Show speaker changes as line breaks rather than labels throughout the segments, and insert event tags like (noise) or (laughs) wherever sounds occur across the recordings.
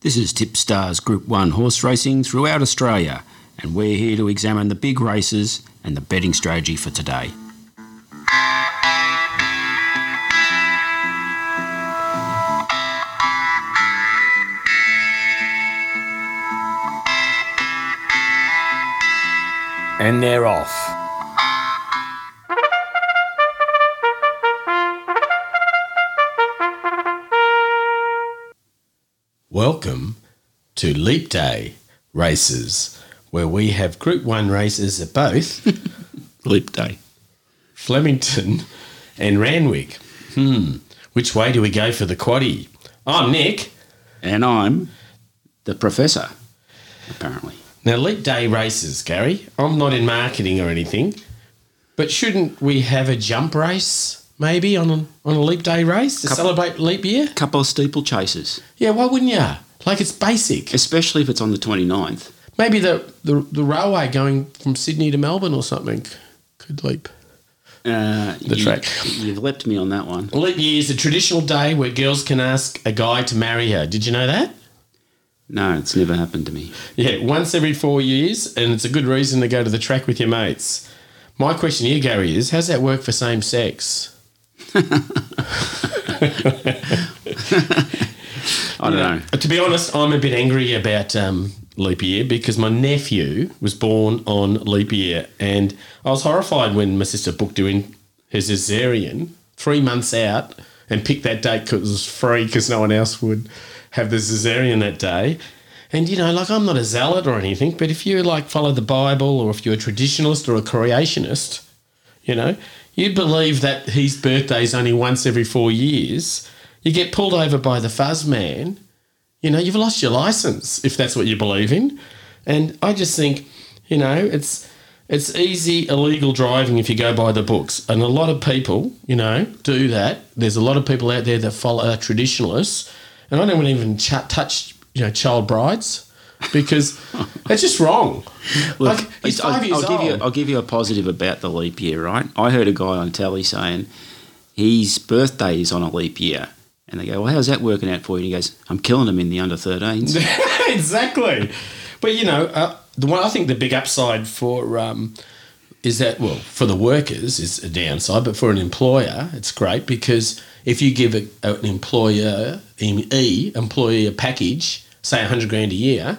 This is Tipstar's Group 1 horse racing throughout Australia, and we're here to examine the big races and the betting strategy for today.
And they're off.
Welcome to Leap Day races, where we have Group 1 races at both (laughs)
Leap day.
Flemington and Ranwick. Hmm, which way do we go for the quaddy? I'm Nick.
And I'm the professor, apparently.
Now, Leap Day races, Gary, I'm not in marketing or anything, but shouldn't we have a jump race maybe on a, on a Leap Day race to
Couple-
celebrate Leap Year?
Couple of steeplechases,
Yeah, why wouldn't you? Like, it's basic.
especially if it's on the 29th.
Maybe the, the the railway going from Sydney to Melbourne or something could leap.
Uh, the
track.
You've leapt me on that one.
Leap year is a traditional day where girls can ask a guy to marry her. Did you know that?
No, it's never happened to me.
Yeah, once every four years, and it's a good reason to go to the track with your mates. My question here, Gary, is how's that work for same sex?
I don't know.
To be honest, I'm a bit angry about um, leap year because my nephew was born on leap year, and I was horrified when my sister booked her in her cesarean three months out and picked that date because it was free because no one else would have the cesarean that day. And you know, like I'm not a zealot or anything, but if you like follow the Bible or if you're a traditionalist or a creationist, you know, you'd believe that his birthday's only once every four years. You get pulled over by the fuzz man. You know, you've lost your license if that's what you believe in. And I just think, you know, it's it's easy illegal driving if you go by the books. And a lot of people, you know, do that. There's a lot of people out there that follow are traditionalists. And I don't even ch- touch, you know, child brides
(laughs)
because that's just wrong.
Look,
like, he's
I'll-
5 years
I'll,
old.
give you I'll give you a positive about the leap year, right? I heard a guy on telly saying his birthday is on a leap year. And they go, Well, how's that working out for you? And he goes, I'm killing them in the under 13s.
(laughs) exactly. But you know, uh, the one I think the big upside for um, is that well, for the workers is a downside, but for an employer, it's great because if you give a, an employer em- e employee a package, say hundred grand a year.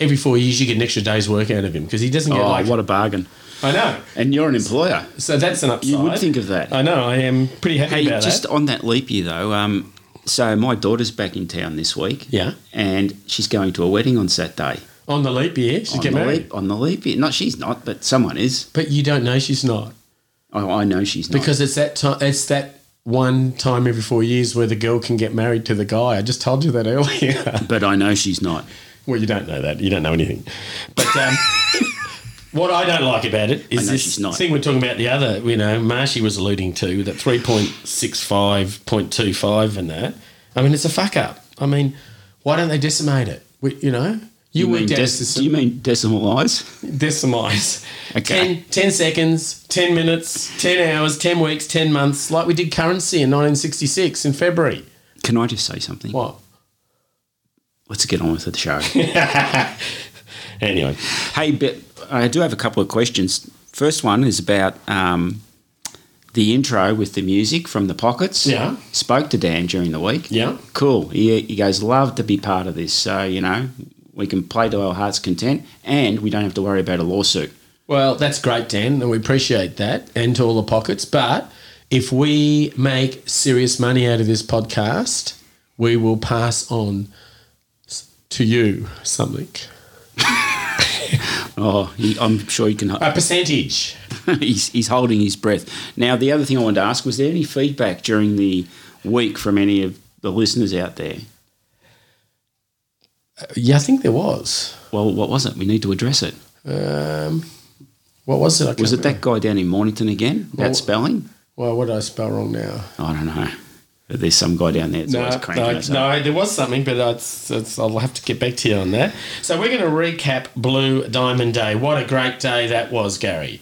Every four years, you get an extra day's work out of him because he doesn't get
oh,
like
what a bargain.
I know.
And you're an employer.
So that's an upside.
You would think of that.
I know. I am pretty happy
Hey,
about
just
that.
on that leap year, though, um, so my daughter's back in town this week.
Yeah.
And she's going to a wedding on Saturday.
On the leap year, she's
on,
get
the
married,
leap, on the leap year. No, she's not, but someone is.
but you don't know she's not.
I, I know she's not.
Because it's that time. It's that one time every four years where the girl can get married to the guy. I just told you that (laughs) earlier.
But I know she's not.
well, you don't know that. You don't know anything. But (laughs) um, what I don't like about it
I
is
know
this
she's not.
thing we're talking about. The other, you know, Marshy was alluding to that three point six five point two five and that. I mean, it's a fuck up. I mean, why don't they decimate it? We, you know,
You
you,
mean,
worked out a
dec-
system.
do you mean decimalize?
decimize.
Okay.
10, 10 seconds, 10 minutes, 10 hours, 10 weeks, 10 months, like we did currency in 1966 in February.
Can I just say something?
What?
Let's get on with the
(laughs)
show.
Anyway.
hey, but I do have a couple of questions. First one is about um, the intro with the music from the Pockets.
Yeah.
Spoke to Dan during the week.
Yeah.
Cool. He, he goes, love to be part of this. So, you know, we can play to our heart's content and we don't have to worry about a lawsuit.
Well, that's great, Dan, and we appreciate that and to all the pockets. But if we make serious money out of this podcast, we will pass on s- to you something.
Oh, he, I'm sure you can. (laughs)
A percentage.
he's, he's holding his breath. Now, the other thing I wanted to ask was there any feedback during the week from any of the listeners out there?
Yeah, I think there was.
Well, what was it? We need to address it.
Um, what was it? I
Was
can't
it that guy down in Mornington again? About
Well-
spelling?
remember. Well, what did I spell wrong now?
I don't know. But there's some guy down there that's
No,
always cranking
no,
us up.
no, there was something, but it's, it's, I'll have to get back to you on that. So we're going to recap Blue Diamond Day. What a great day that was, Gary.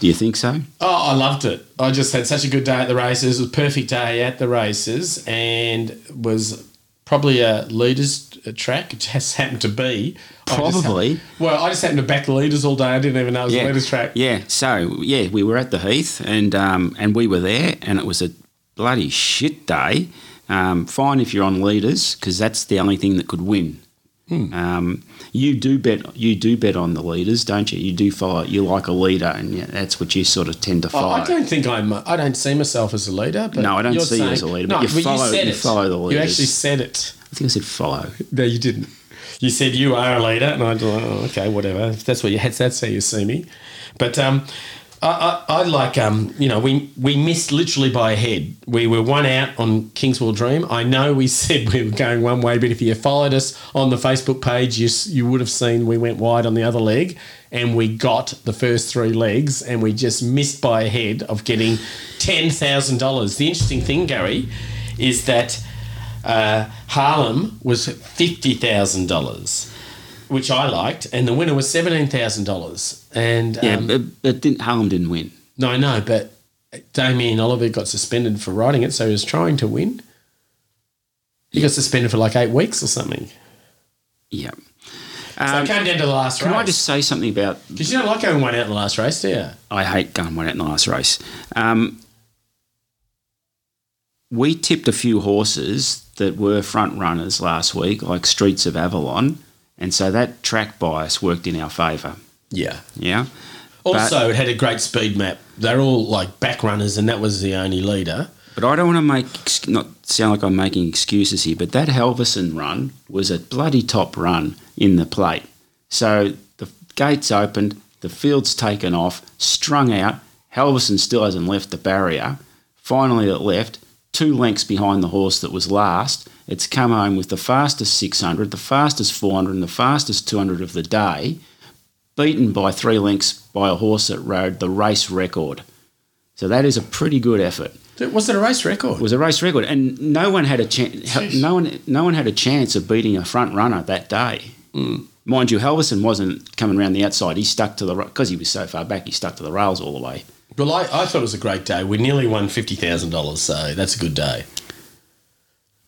Do you think so?
Oh, I loved it. I just had such a good day at the races. It was a perfect day at the races and was probably a leaders track. It just (laughs) happened to be. I just
Probably.
hap- well, I just happened to back leaders all day. I didn't even know it was
yeah.
a leaders track.
Yeah. So yeah, we were at the Heath, and um, and we were there, and it was a bloody shit day. Um, fine if you're on leaders, because that's the only thing that could win.
Hmm.
Um, you do bet. You do bet on the leaders, don't you? You do follow. You like a leader, and yeah, that's what you sort of tend to follow.
Oh, I I don't think I'm. I don't see myself as a leader. But
No, I don't
you're
see you
saying,
as a leader, but you follow-
said
you
it.
follow the
You
leaders.
actually said it.
I think I said follow.
No, you didn't. You said you are a leader, and I thought, oh, okay, whatever. If that's what you that's how you see me. But um, I, I, I like um, you know, we we missed literally by a head. We were one out on Kingswell Dream. I know we (laughs) said we were going one way, but if you followed us on the Facebook page, you s- you would have seen we went wide on the other leg, and we got the first three legs, and we just missed by a head of getting ten thousand dollars. The interesting thing, Gary, is that uh, Harlem was fifty thousand dollars, which I liked, and the winner was seventeen thousand dollars. And
Yeah,
um,
but, but didn't Harlem didn't win.
no, I know, but Damien Oliver got suspended for writing it, so he was trying to win. He got suspended for like eight weeks or something.
Yeah.
So
Um,
it came down to the last
can
race.
I just say something about?
Because you don't like going one out in the last race, do you?
I hate going one out in the last race. Um, we tipped a few horses that were front runners last week, like Streets of Avalon, and so that track bias worked in our favour.
Yeah.
Yeah,
Also, it had a great speed map. They're all like back runners, and that was the only leader.
but I don't want to make ex- not sound like I'm making excuses here, but that Halverson run was a bloody top run in the plate. So the gates opened, the field's taken off, strung out. Halverson still hasn't left the barrier. Finally, it left two lengths behind the horse that was last. It's come home with the fastest 600, the fastest 400, and the fastest 200 of the day, beaten by three lengths by a horse that rode the race record. So that is a pretty good effort
Was it a race record?
was a race record, and no one had a chance. No one, no one had a chance of beating a front runner that day.
Mm.
Mind you, Halverson wasn't coming around the outside. He stuck to the because he was so far back. He stuck to the rails all the way.
Well, I, I thought it was a great day. We nearly won fifty thousand dollars, so that's a good day.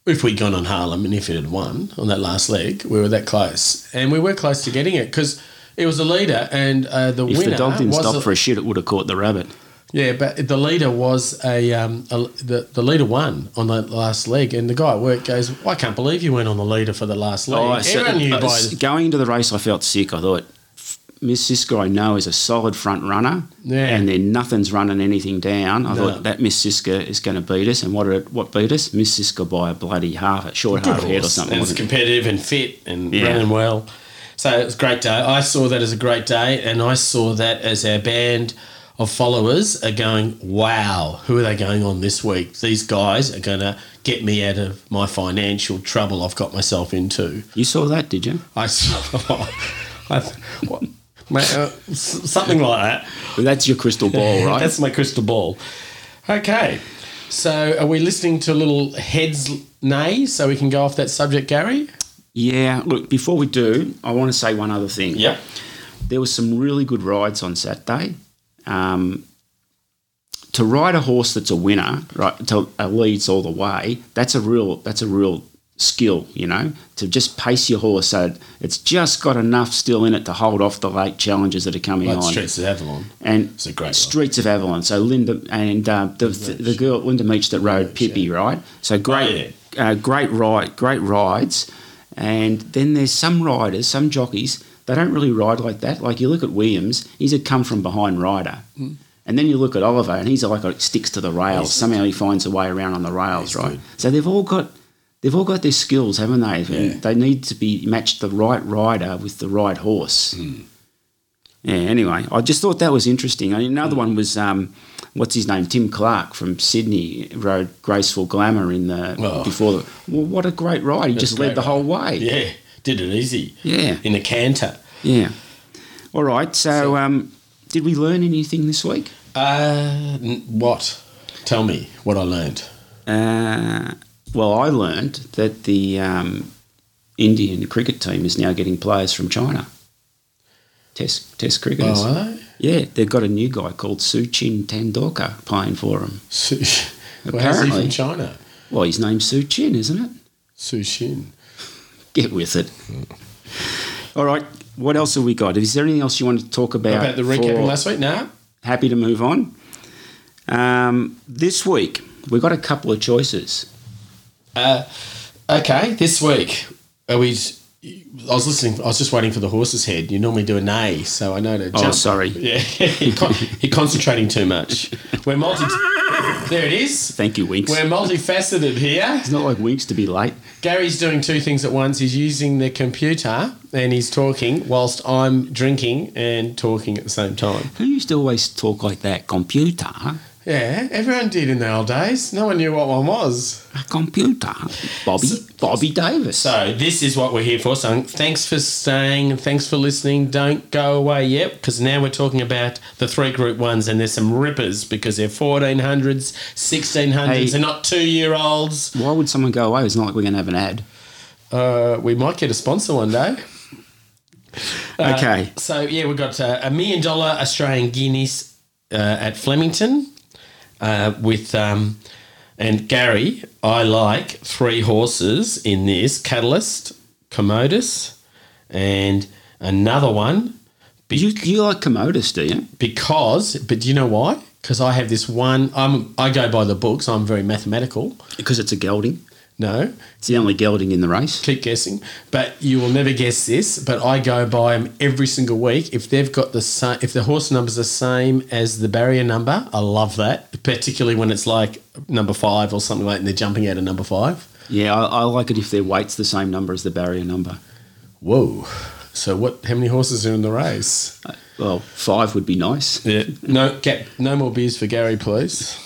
If we'd gone on Harlem and if it had won on that last leg, we were that close, and we were close to getting it because it was a leader, and uh, the
If
winner
the dog didn't
was
stop
a-
for a shit, it would have caught the rabbit.
yeah, but the leader was a, um, a the the leader won on the last leg, and the guy at work goes, "Well, "I can't believe you went on the leader for the last leg."
Oh, I- so-
Everyone knew
I-
by
s- going into the race, I felt sick. I thought, "F- Miss Cisco, I know is a solid front runner,
Yeah.
and then nothing's running anything down. I
No.
thought that Miss Cisco is going to beat us, and what did- what beat us? Miss Cisco by a bloody half, a short half head or something.
And it's
wasn't it?
competitive and fit and
Yeah.
running well. So it was a great day. I saw that as a great day, and I saw that as our band of followers are going, wow, who are they going on this week? These guys are going to get me out of my financial trouble I've got myself into.
you saw that, did you?
I (laughs) saw. I, what, mate, uh, s- something like that.
Well, that's your crystal ball,
(laughs)
right?
That's my crystal ball. Okay. So, are we listening to a little heads neigh so we can go off that subject, Gary?
yeah. Look, before we do, I want to say one other thing. There was some really good rides on Saturday. Um, to ride a horse that's a winner, right, to uh, leads all the way, that's a real that's a real skill, you know, to just pace your horse so it's just got enough still in it to hold off the late challenges that are coming
Like
on.
Streets of Avalon.
and
It's a great one.
Streets of Avalon. So Linda and uh, the, the girl Linda Meach that rode Pippi, right? So great, uh, great ride, great rides. And then there's some riders, some jockeys, they don't really ride like that. Like you look at Williams, he's a come from behind rider. And then you look at Oliver, and he's like a, sticks to the rails. Somehow he finds a way around on the rails, right? So they've all got they've all got their skills, haven't they? And They need to be matched the right rider with the right horse. Yeah, anyway, I just thought that was interesting. And another one was, um, what's his name? Tim Clark from Sydney rode Graceful Glamour in the
Oh.
before the. Well, what a great ride! He just led
great
the
ride.
whole way.
Yeah, did it easy.
Yeah.
In a canter.
Yeah. All right. So, um, did we learn anything this week?
Uh, n- what? Tell me what I learned.
Uh, well, I learned that the um, Indian cricket team is now getting players from China. Test Test cricketers.
Oh, are they?
Yeah, they've got a new guy called Suchin Tendulkar playing for them.
So- (laughs) well, how's he
Apparently.
from China?
Well, his name's Su Chin, isn't it?
Sushin.
Get with it. All right. What else have we got? Is there anything else you want to talk about?
Hmm. About the
for-
recapping last week? Nah.
happy to move on. Um, this week we've got a couple of choices.
Uh, okay, this week uh, we. I was listening. I was just waiting for the horse's head. You normally do a neigh, so I know to. Jump.
Oh, sorry.
(laughs) Yeah, you're, con- you're concentrating too much. We're multi. (laughs) there it is.
Thank you, Winks.
We're multifaceted here.
it's not like Winks to be late.
Gary's doing two things at once. He's using the computer and he's talking, whilst I'm drinking and talking at the same time.
Who used to always talk like that? Computer,
Yeah, everyone did in the old days. No one knew what one was.
a computer. Bobby, Bobby Davis.
So this is what we're here for. So thanks for staying and thanks for listening. Don't go away yet, because now we're talking about the three group ones, and there's some rippers because they're fourteen hundreds, sixteen
Hey.
hundreds. They're not two year olds.
Why would someone go away? It's not like we're going to have an ad.
Uh, we might get a sponsor one day. Uh,
okay.
So yeah, we've got uh, a million dollar Australian guineas uh, at Flemington uh, with um, and Gary. I like three horses in this Catalyst, Commodus, and another one
You, you like Commodus, do you?
because. But do you know why? Because I have this one. I'm I go by the books. I'm very mathematical.
Because it's a gelding.
No,
It's the only gelding in the race.
keep guessing, but you will never guess this. But I go by them every single week. If they've got the same, if the horse number's the same as the barrier number, I love that. Particularly when it's like number five or something like, and they're jumping out of number five.
Yeah, I, I like it if their weight's the same number as the barrier number.
Whoa! So what? How many horses are in the race?
uh, Well, five would be nice.
Yeah. No, Gap, no more beers for Gary, please.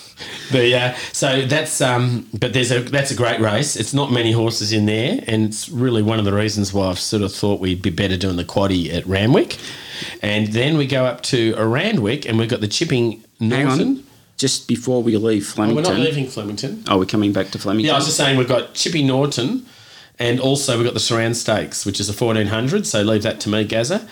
The uh, so that's um, but there's a that's a great race. It's not many horses in there, and it's really one of the reasons why I've sort of thought we'd be better doing the quaddy at Randwick, and then we go up to Randwick, and we've got the chipping
Hang
Norton.
on. Just before we leave
Oh,
Flemington.
we're not leaving Flemington.
Oh, we're coming back to Flemington.
Yeah, I was just saying we've got Chippy Norton, and also we've got the Surround Stakes, which is a fourteen hundred. So leave that to me, Gaza.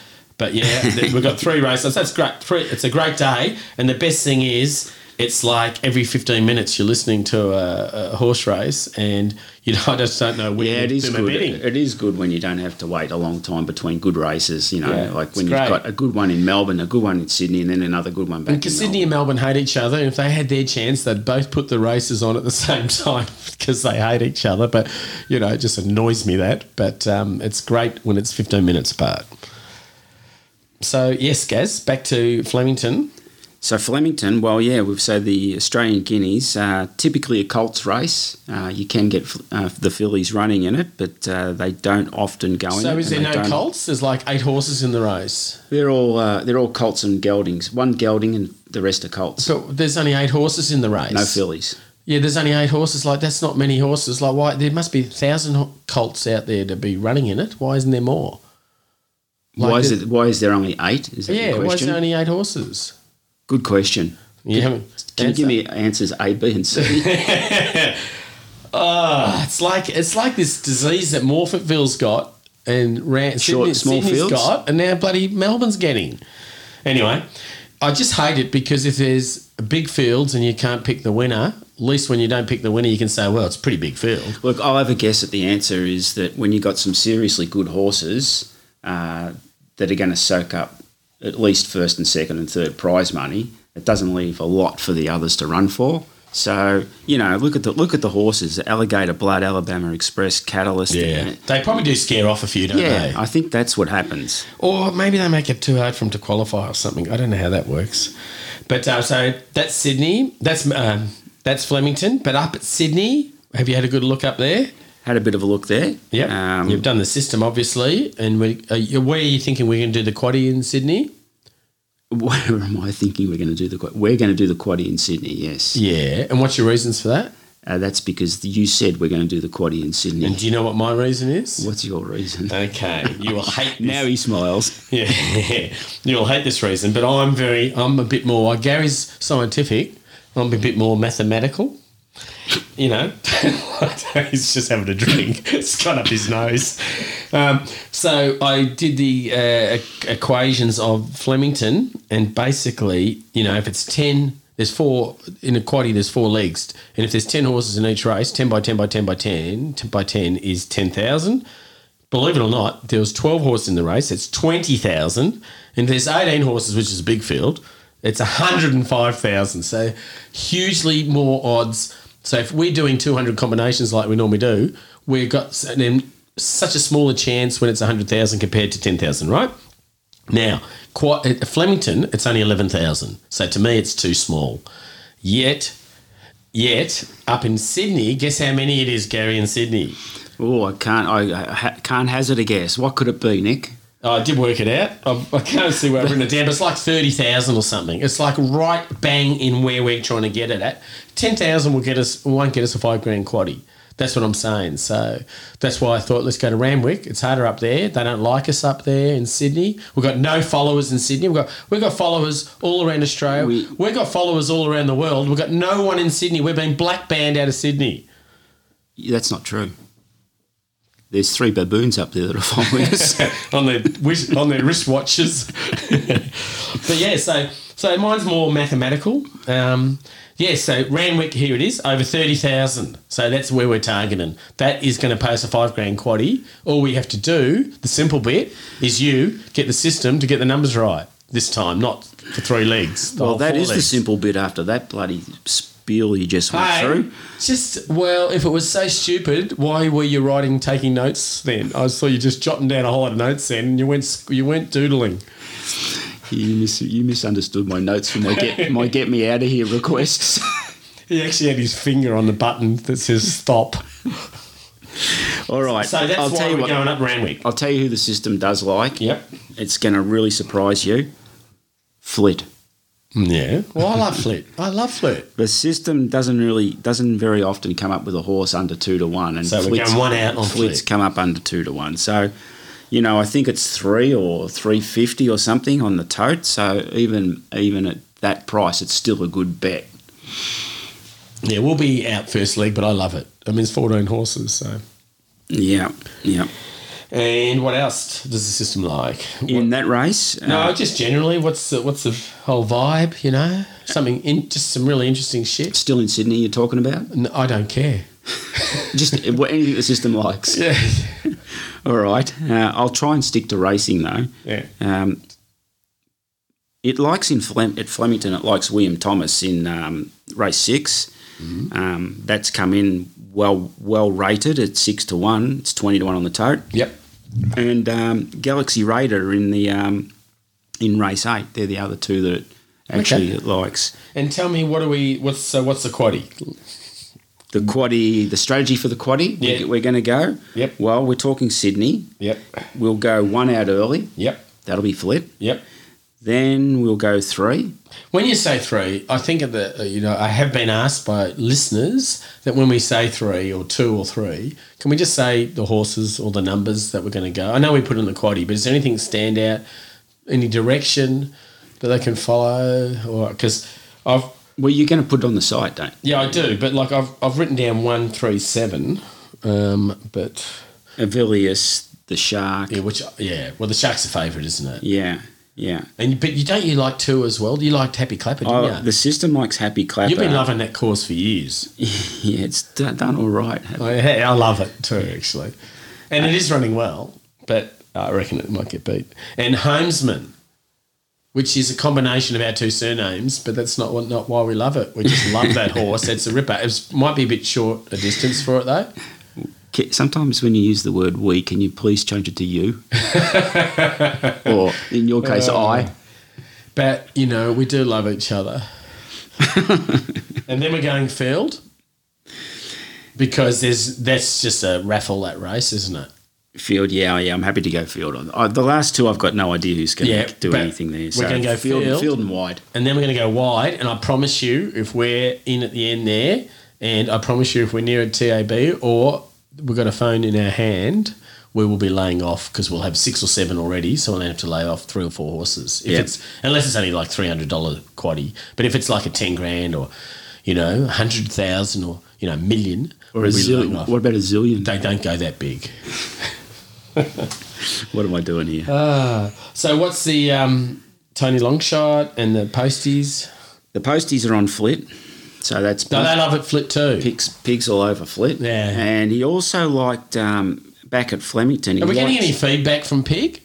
(laughs)
But yeah, th- we've got three races. That's great. Three, it's a great day, and the best thing is. It's like every 15 minutes you're listening to a, a horse race, and you know, (laughs) I just don't know where
Yeah,
to
it is
do my
good.
betting.
It is good when you don't have to wait a long time between good races. You know,
Yeah,
like
it's
when you've
great.
got a good one in Melbourne, a good one in Sydney, and then another good one back. in
Because Sydney and Melbourne hate each other, and if they had their chance, they'd both put the races on at the (laughs) same time because they hate each other. But you know, it just annoys me that. But um, it's great when it's fifteen minutes apart. So yes, Gaz, back to Flemington.
So Flemington, well, yeah, we've said the Australian Guineas, uh, typically a colts race. Uh, you can get uh, the fillies running in it, but uh, they don't often go in.
So
it
is there
and they
no
don't-
colts? There's like eight horses in the race.
They're all uh, they're all colts and geldings. One gelding and the rest are colts.
So there's only eight horses in the race.
No fillies.
Yeah, there's only eight horses. Like that's not many horses. Like why? There must be a thousand ho- colts out there to be running in it. Why isn't there more? Like
why is
the-
it? Why is there only eight? Is that
Yeah,
your
why is
question?
there only eight horses?
Good question.
You haven't.
Can
answered.
you give me answers A, B, and C?
(laughs) Ah, it's like it's like this disease that Morfettville's got and Rant
Short,
Sydney,
small
Sydney's
fields?
got, and now bloody Melbourne's getting. Anyway, I just hate it because if there's big fields and you can't pick the winner, at least when you don't pick the winner, you can say, "Well, it's a pretty big field."
Look, I'll have a guess at the answer is that when you got some seriously good horses uh, that are going to soak up at least first and second and third prize money, it doesn't leave a lot for the others to run for. So you know, look at the look at the horses: Alligator Blood, Alabama Express, Catalyst.
they probably do scare off a few, don't
yeah.
they?
I think that's what happens.
Or maybe they make it too hard for them to qualify or something. I don't know how that works. But uh, so that's Sydney. That's um, that's Flemington. But up at Sydney, have you had a good look up there?
Had a bit of a look there.
Yeah,
Um, (laughs)
you've done the system obviously, and we, are you, where are you thinking we're going to do the quaddy in Sydney?
Where am I thinking we're going to do the quad? We're going to do the quaddy in Sydney. Yes.
Yeah, and what's your reasons for that?
Uh, that's because you said we're going to do the quaddy in Sydney.
And do you know what my reason is?
(laughs) What's your
Uh,
(laughs) reason?
Okay, you will hate this.
Now he smiles.
yeah, (laughs) you'll hate this reason, but I'm very, I'm a bit more. Gary's scientific. I'm a bit more mathematical. You know, (laughs) he's just having a drink. (laughs) It's gone up his nose. Um, so I did the e-, uh, equ- equations of Flemington, and basically, you know, if it's ten There's four in a quaddy. There's four legs, and if there's ten horses in each race, ten by ten by ten by ten, 10 by ten is ten thousand. Believe it or not, there was twelve horses in the race. It's twenty thousand, and there's eighteen horses, which is a big field. It's hundred and five thousand. So hugely more odds. So if we're doing two hundred combinations like we normally do, we've got s- then such a smaller chance when it's hundred thousand compared to ten thousand, right? Now, quite, at Flemington, it's only 11,000. So to me, it's too small. Yet, yet, up in Sydney, guess how many it is, Gary, in Sydney?
Oh, I can't. I, I ha- can't hazard a guess. What could it be, Nick?
Oh, I did work it out. I, I can't see where I've written it down, but it's like 30,000 or something. It's like right bang in where we're trying to get it at. 10,000 will get us, won't get us a five grand quaddy. That's what I'm saying. So that's why I thought let's go to Ramwick. It's harder up there. They don't like us up there in Sydney. We've got no followers in Sydney. We've got we've got followers all around Australia.
We-
We, have got followers all around the world. We've got no one in Sydney. We're being black banned out of Sydney.
That's not true. There's three baboons up there that are following
(laughs)
us.
on their wish, on their wristwatches. (laughs) but yeah, so so mine's more mathematical. Um, yeah, so Ranwick here it is over thirty thousand. So that's where we're targeting. That is going to pay us a five grand quaddy. All we have to do, the simple bit, is you get the system to get the numbers right this time, not for three legs.
well, that is the
simple.
simple bit after that bloody spiel you just went
Hey,
through.
it's Just well, if it was so stupid, why were you writing, taking notes then? I saw you just jotting down a whole lot of notes then, and you went sc- you went doodling.
You, mis- you misunderstood my notes from my get my get me out of here requests. (laughs)
He actually had his finger on the button that says stop.
All right,
So that's
I'll
why
tell you
we're
what.
going up Ranwick.
I'll tell you who the system does like.
Yep.
It's going to really surprise you. Flit.
Yeah. Well, I love Flit. I love Flit.
The system doesn't really doesn't very often come up with a horse under two to one, and
So we're going one out on
Flit's
Flit.
come up under two to one. So, you know, I think it's three or three fifty or something on the tote. So even even at that price, it's still a good bet.
Yeah, we'll be out first leg, but I love it. I mean, it's 14 horses, so.
Yeah, yeah.
And what else does the system like?
In that race,
No,
uh,
just generally, what's the, what's the whole vibe? You know, something in just some really interesting shit.
still in Sydney, you're talking about
No, I don't care.
just what- anything the system likes.
Yeah,
All right, uh, I'll try and stick to racing though.
yeah.
Um, it likes in Flem- at Flemington. It likes William Thomas in um, race 6
Mm-hmm.
Um, that's come in well well rated at six to one. It's twenty to one on the tote,
(laughs) Yep.
and um, Galaxy Raider in the um, in race eight. They're the other two that it actually it likes.
And tell me, what are we? What's so? What's the quaddy?
The quaddy, the strategy for the quaddy.
Yeah.
We're, going to go.
Yep.
Well, we're talking Sydney.
Yep.
We'll go one out early.
Yep.
That'll be flip.
Yep.
Then we'll go three.
When you say three, I think of the uh, you know I have been asked by listeners that when we say three or two or three, can we just say the horses or the numbers that we're going to go? I know we put in the quaddy, but is there anything stand out, any direction that they can follow, or because I've
Well, you're going to put it on the site, don't? you?
yeah I do, but like I've I've written down one three seven, um, but
Avilius, the shark.
yeah, which yeah, well the shark's a favourite, isn't it?
Yeah, yeah.
And but you don't you like two as well? You liked Happy Clapper, didn't
Oh,
you?
the system likes happy clapper.
You've been loving that course for years.
(laughs) Yeah, it's done, done all right.
I, hey, I love it too, actually. And it is running well, but I reckon it might get beat. And Holmesman, which is a combination of our two surnames, but that's not what, not why we love it. We just love that horse. It's a ripper. It might be a bit short a distance for it though.
K- Sometimes when you use the word "we," can you please change it to
(laughs)
"you"? or in your case,
Uh.
"I."
But you know, we do love each (laughs) other. and then we're going field because there's that's just a raffle that race, isn't it?
Field, yeah, yeah. I'm happy to go field. on I, the last two, I've got no idea who's going to
Yeah,
do
but
anything there.
we're gonna go field.
field and wide.
and then we're going to go wide. And I promise you, if we're in at the end there, and I promise you, if we're near a TAB or we've got a phone in our hand, we will be laying off because we'll have six or seven already. So we'll have to lay off three or four horses. If
Yeah.
it's unless it's only like three hundred dollar quaddy, but if it's like a ten grand or you know hundred thousand or you know million,
Or a
we'll be laying
zillion.
off.
What about a zillion?
They don't go that big.
What am I doing
Uh.
here?
So what's the um, Tony Longshot and the posties?
The posties are on Flit, so that's
No, they love it flit too.
pigs, pigs all over Flit.
Yeah.
and he also liked um, back at Flemington. He
Are we
liked,
getting any feedback from Pig?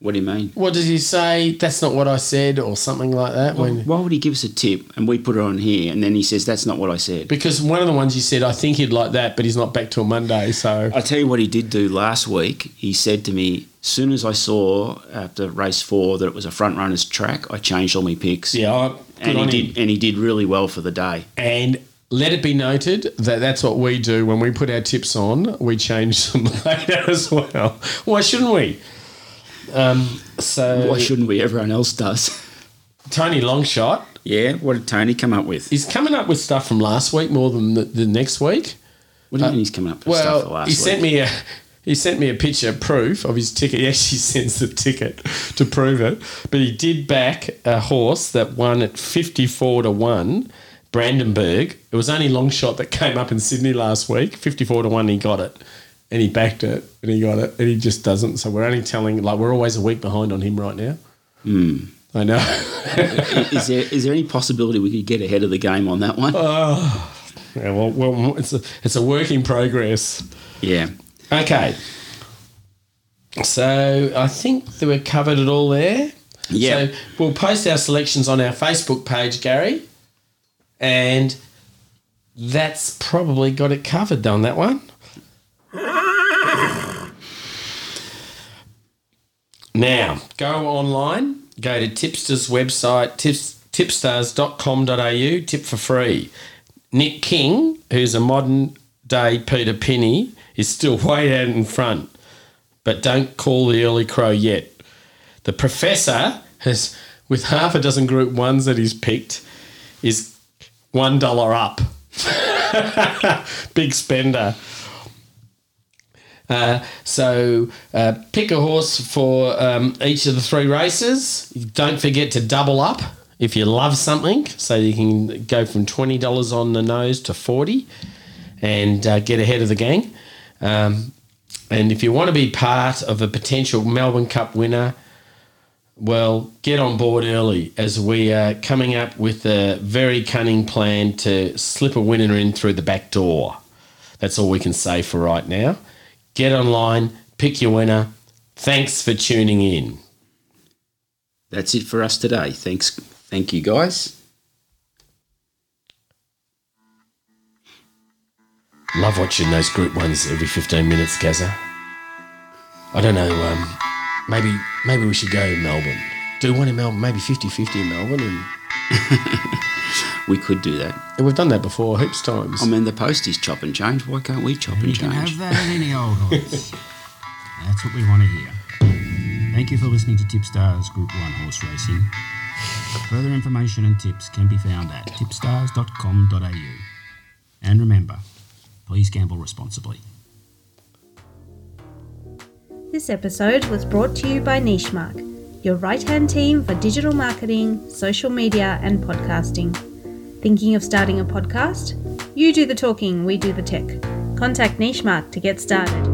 What do you mean?
What does he say? That's not what I said, or something like that. When
Why would he give us a tip and we put it on here and then he says that's not what I said?
because one of the ones you said, I think he'd like that, but he's not back till Monday. So
I tell you what he did do last week. He said to me, soon as I saw after race four that it was a front runner's track, I changed all my picks.
yeah, I, good
and
on
he
him.
did, and he did really well for the day.
And let it be noted that that's what we do when we put our tips on. We change them (laughs) later as well. Why shouldn't we? Um, so
Why shouldn't we? Everyone else does. (laughs)
Tony Longshot
yeah. What did Tony come up with?
is coming up with stuff from last week more than the, the next week.
What do you mean he's coming up with stuff for
Uh, Well,
last
he
week?
sent me a he sent me a picture proof of his ticket. (laughs) He actually sends the ticket to prove it, but he did back a horse that won at fifty four to one. Brandenburg. It was only long shot that came up in Sydney last week. Fifty four to one, he got it, and he backed it, and he got it, and he just doesn't. So we're only telling like we're always a week behind on him right now.
Hmm.
I know. (laughs)
is there is there any possibility we could get ahead of the game on that one?
Uh, yeah, well, well, it's a it's a work in progress.
yeah.
Okay. So I think that we've covered it all there.
Yeah.
So we'll post our selections on our Facebook page, Gary. And that's probably got it covered on that one. Now, go online, go to Tipster's website, tips, tipstars.com.au, tip for free. Nick King, who's a modern day Peter Penny, is still (laughs) way out in front, but don't call the early crow yet. The professor has, with half a dozen group ones that he's picked, is $1 up. (laughs) Big spender. Uh, so uh, pick a horse for um, each of the three races. Don't forget to double up if you love something, so you can go from twenty dollars on the nose to forty, and uh, get ahead of the gang. Um, and if you want to be part of a potential Melbourne Cup winner, well, get on board early as we are coming up with a very cunning plan to slip a winner in through the back door. That's all we can say for right now. Get online, pick your winner. Thanks for tuning in.
That's it for us today. Thanks. Thank you guys.
Love watching those group ones every 15 minutes, Gaza. I don't know, um, maybe maybe we should go to Melbourne. Do one in Melbourne, maybe 50 50 in Melbourne. And,
We could do that.
and we've done that before heaps times.
I mean, the post is chop and change. Why can't we chop and
You can
change?
have that at any old horse. (laughs) That's what we want to hear. Thank you for listening to Tipstars Group 1 Horse Racing. Further information and tips can be found at tipstars.com.au. And remember, please gamble responsibly.
This episode was brought to you by Nichemark, your right hand team for digital marketing, social media, and podcasting. Thinking of starting a podcast? You do the talking, we do the tech. Contact Nichemark to get started.